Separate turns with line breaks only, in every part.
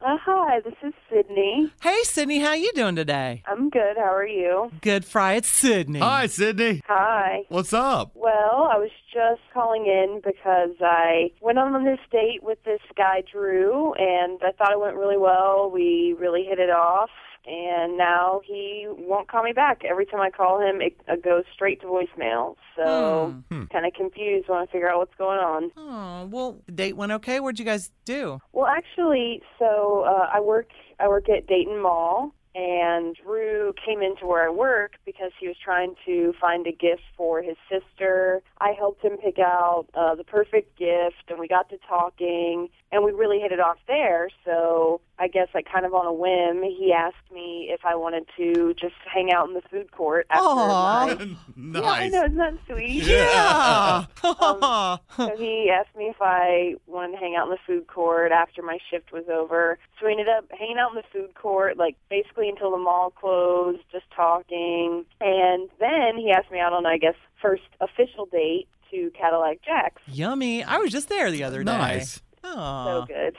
Uh, hi, this is Sydney.
Hey, Sydney, how you doing today?
I'm good. How are you?
Good Fry, it's Sydney.
Hi, Sydney.
Hi.
What's up?
Well, I was just calling in because I went on this date with this guy, Drew, and I thought it went really well. We really hit it off, and now he won't call me back. Every time I call him, it, it goes straight to voicemail. So, kind of confused when I figure out what's going on.
Oh, well, the date went okay. What'd you guys do?
Well, actually, so uh, I work I work at Dayton Mall, and Drew came into where I work because he was trying to find a gift for his sister. I helped him pick out uh, the perfect gift, and we got to talking, and we really hit it off there. So I guess, like, kind of on a whim, he asked me if I wanted to just hang out in the food court after
Aw.
lunch. Yeah, I
nice.
know, isn't that sweet?
Yeah.
So he asked me if I wanted to hang out in the food court after my shift was over. So we ended up hanging out in the food court, like basically until the mall closed, just talking. And then he asked me out on, I guess, first official date to Cadillac Jack's.
Yummy. I was just there the other day.
Nice.
So
Aw.
good.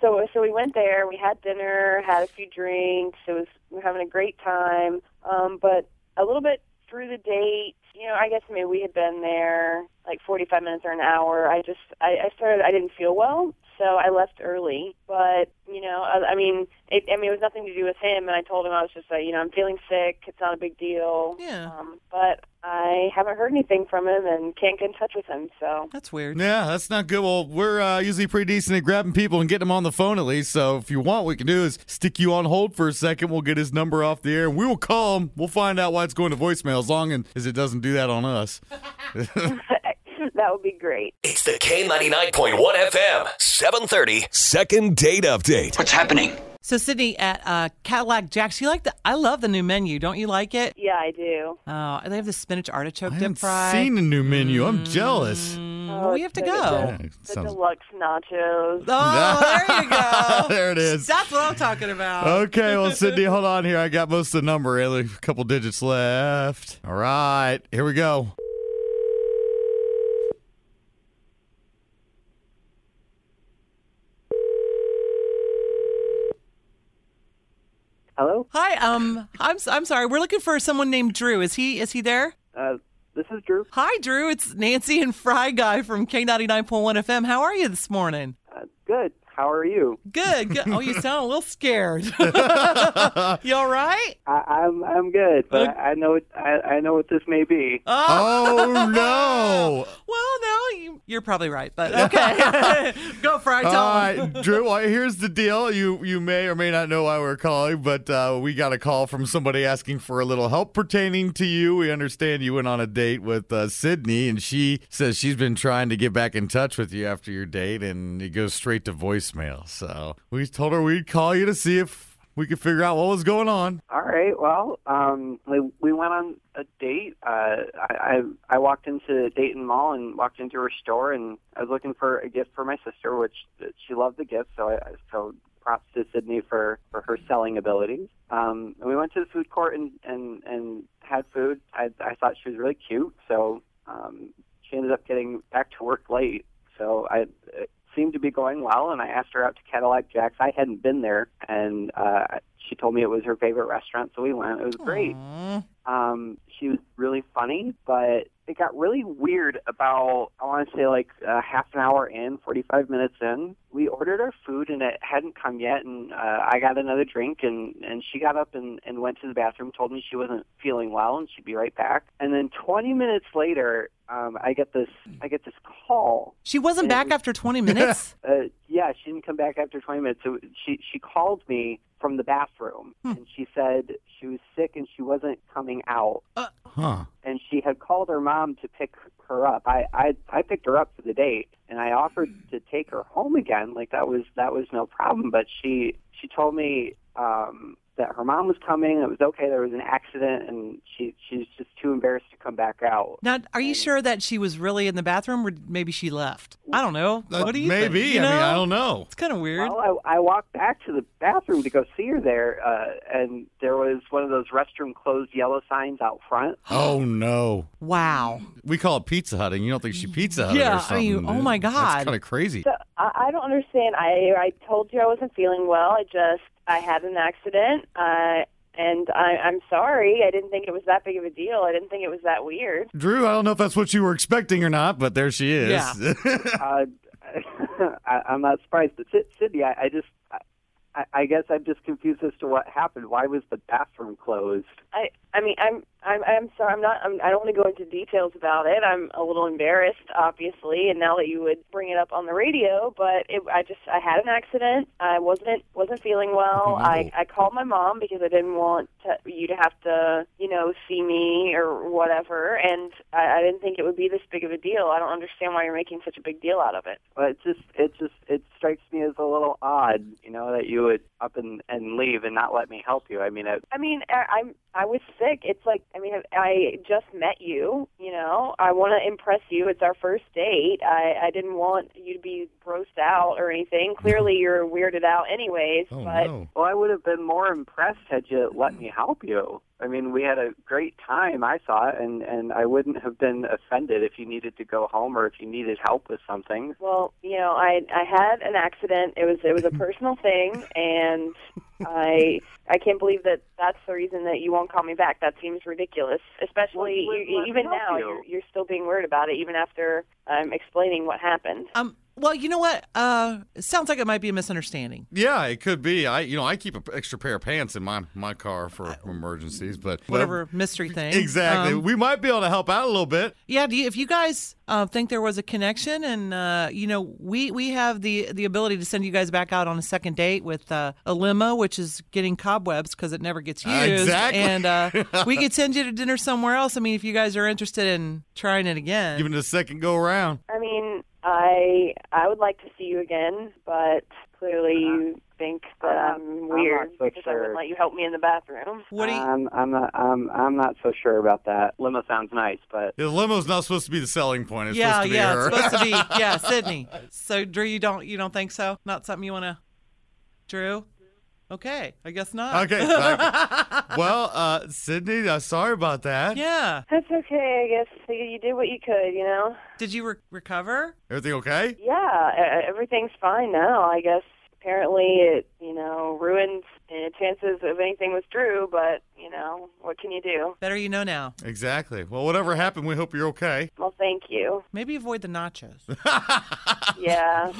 so so we went there. We had dinner, had a few drinks. It was we were having a great time. Um, but a little bit through the date, you know, I guess maybe we had been there like 45 minutes or an hour. I just I, I started I didn't feel well, so I left early. But you know, I, I mean, it, I mean, it was nothing to do with him. And I told him I was just like, you know, I'm feeling sick. It's not a big deal.
Yeah.
Um, but I haven't heard anything from him and can't get in touch with him. So.
That's weird.
Yeah, that's not good. Well, we're uh, usually pretty decent at grabbing people and getting them on the phone at least. So if you want, we can do is stick you on hold for a second. We'll get his number off the air and we will call him. We'll find out why it's going to voicemail as long as it doesn't do that on us.
that would be great.
It's the K99.1 FM, 730.
Second date update.
What's happening?
So Sydney at uh, Cadillac Jack's, you like the? I love the new menu. Don't you like it?
Yeah, I do.
Oh, they have the spinach artichoke
I
dip
haven't
fry.
seen a new menu. I'm jealous.
Mm, we have to go.
Yeah,
The
sounds-
deluxe nachos.
Oh, there you go.
There it is.
That's what I'm talking about.
Okay, well, Sydney, hold on here. I got most of the number, only a couple digits left. All right, here we go.
Hello,
Hi, um, I'm s- I'm sorry. We're looking for someone named Drew. Is he is he there?
uh, this is Drew.
Hi, Drew. It's Nancy and Fry Guy from K99.1 FM. How are you this morning?
Uh, good. How are you?
Good. good. Oh, you sound a little scared. you all right?
I, I'm I'm good, but I, I know it, I, I know what this may be.
Uh. Oh, no.
Well, no, you, you're probably right, but okay. Go, Fry. Tell
All
'em.
right, Drew. Well, here's the deal. You you may or may not know why we're calling, but uh, we got a call from somebody asking for a little help pertaining to you. We understand you went on a date with uh, Sydney, and she says she's been trying to get back in touch with you after your date, and it goes straight to voicemail. So we told her we'd call you to see if we could figure out what was going on.
All right. Well, um, we we went on a date. Uh, I, I I walked into Dayton Mall and walked into her store, and I was looking for a gift for my sister, which she loved the gift. So I I- so props to Sydney for for her selling abilities. Um, and we went to the food court and and and had food. I I thought she was really cute, so um, she ended up getting back to work late. So I it seemed to be going well, and I asked her out to Cadillac Jack's. I hadn't been there, and uh, she told me it was her favorite restaurant, so we went. It was great.
Aw.
Um, she was really funny, but it got really weird about, I want to say like uh, half an hour in, 45 minutes in. We ordered our food and it hadn't come yet. And uh, I got another drink and, and she got up and, and went to the bathroom, told me she wasn't feeling well and she'd be right back. And then 20 minutes later, um, I get this, I get this call
She wasn't back after 20 minutes.
uh, yeah, she didn't come back after 20 minutes. So she she called me from the bathroom and she said she was sick and she wasn't coming out.
Huh?
And she had called her mom to pick her up. I I I picked her up for the date and I offered to take her home again. Like that was that was no problem. But she she told me um, that her mom was coming. It was okay. There was an accident, and she she's just too embarrassed to come back out.
Now, are you sure that she was really in the bathroom or maybe she left? I don't know.
That-
what do you think?
Uh, maybe.
You
I mean,
know?
I don't know.
It's kind of weird.
Well, I, I walked back to the bathroom to go see her there, uh, and there was one of those restroom closed yellow signs out front.
Oh no.
Wow.
We call it pizza hutting. You don't think she pizza hutted
Yeah,
or
I
something?
mean, oh
dude.
my
That's
God.
kind of crazy.
So I, I don't understand. I I told you I wasn't feeling well. I just I had an accident. Uh, and I, I'm sorry. I didn't think it was that big of a deal. I didn't think it was that weird.
Drew, I don't know if that's what you were expecting or not, but there she is.
Yeah.
Uh, I, I'm not surprised, but Sid- Sydney, I, I just. I, I guess I'm just confused as to what happened. Why was the bathroom closed?
I I mean I'm I'm I'm sorry. I'm not. I'm, I don't want to go into details about it. I'm a little embarrassed, obviously. And now that you would bring it up on the radio, but it, I just I had an accident. I wasn't wasn't feeling well.
Oh, no.
I I called my mom because I didn't want to, you to have to you know see me or whatever. And I, I didn't think it would be this big of a deal. I don't understand why you're making such a big deal out of it.
Well, it just it just it strikes me as a little odd, you know, that you would up and and leave and not let me help you. I mean, it,
I mean, I, I'm I was sick. It's like I mean, I just met you. You know, I want to impress you. It's our first date. I I didn't want you to be grossed out or anything. Clearly, you're weirded out, anyways.
Mm-hmm. Oh
but
no.
well, I would have been more impressed had you let me help you. I mean, we had a great time, I thought, and and I wouldn't have been offended if you needed to go home or if you needed help with something.
well, you know, I I had an accident. It was it was a personal thing, and I I can't believe that that's the reason that you won't call me back. That seems ridiculous, especially
Well,
you,
let me
even
help
now.
you.
You're, you're still being weird about it, even after I'm explaining what happened.
Um. Well, you know what? Uh, it sounds like it might be a misunderstanding.
Yeah, it could be. I, you know, I keep an extra pair of pants in my my car for emergencies, but
Whatever mystery thing.
Exactly.
Um,
we might be able to help out a little bit.
Yeah, do you, if you guys uh, think there was a connection, and uh, you know, we we have the the ability to send you guys back out on a second date with uh, a limo, which is getting cobwebs because it never gets used.
Exactly.
And uh, we could send you to dinner somewhere else. I mean, if you guys are interested in trying it again,
Give it a second go around.
I mean, I I would like to see you again, but clearly you think that
I'm
Uh-huh. I'm
not- I'm
weird
not so
because I
sure.
wouldn't let you help me in the bathroom.
what do you?
I'm Um, I'm not I'm I'm not so sure about that. Limo sounds nice, but
The limo's not supposed to be the selling point. It's
yeah,
supposed to be
yeah,
her.
it's supposed to be yeah, Sydney. So Drew, you don't you don't think so? Not something you want to, Drew? Okay, I guess not.
okay. like- well, uh, Sydney, uh, sorry about that.
yeah.
That's okay, I guess. You- You did what you could, you know.
Did you re- recover?
Everything okay?
Yeah, e- everything's fine now. I guess apparently it, you know, ruined uh, chances of anything with Drew, but you know, what can you do?
Better you know now.
Exactly. Well, whatever happened, we hope you're okay.
Well, thank you.
Maybe avoid the nachos.
Yeah.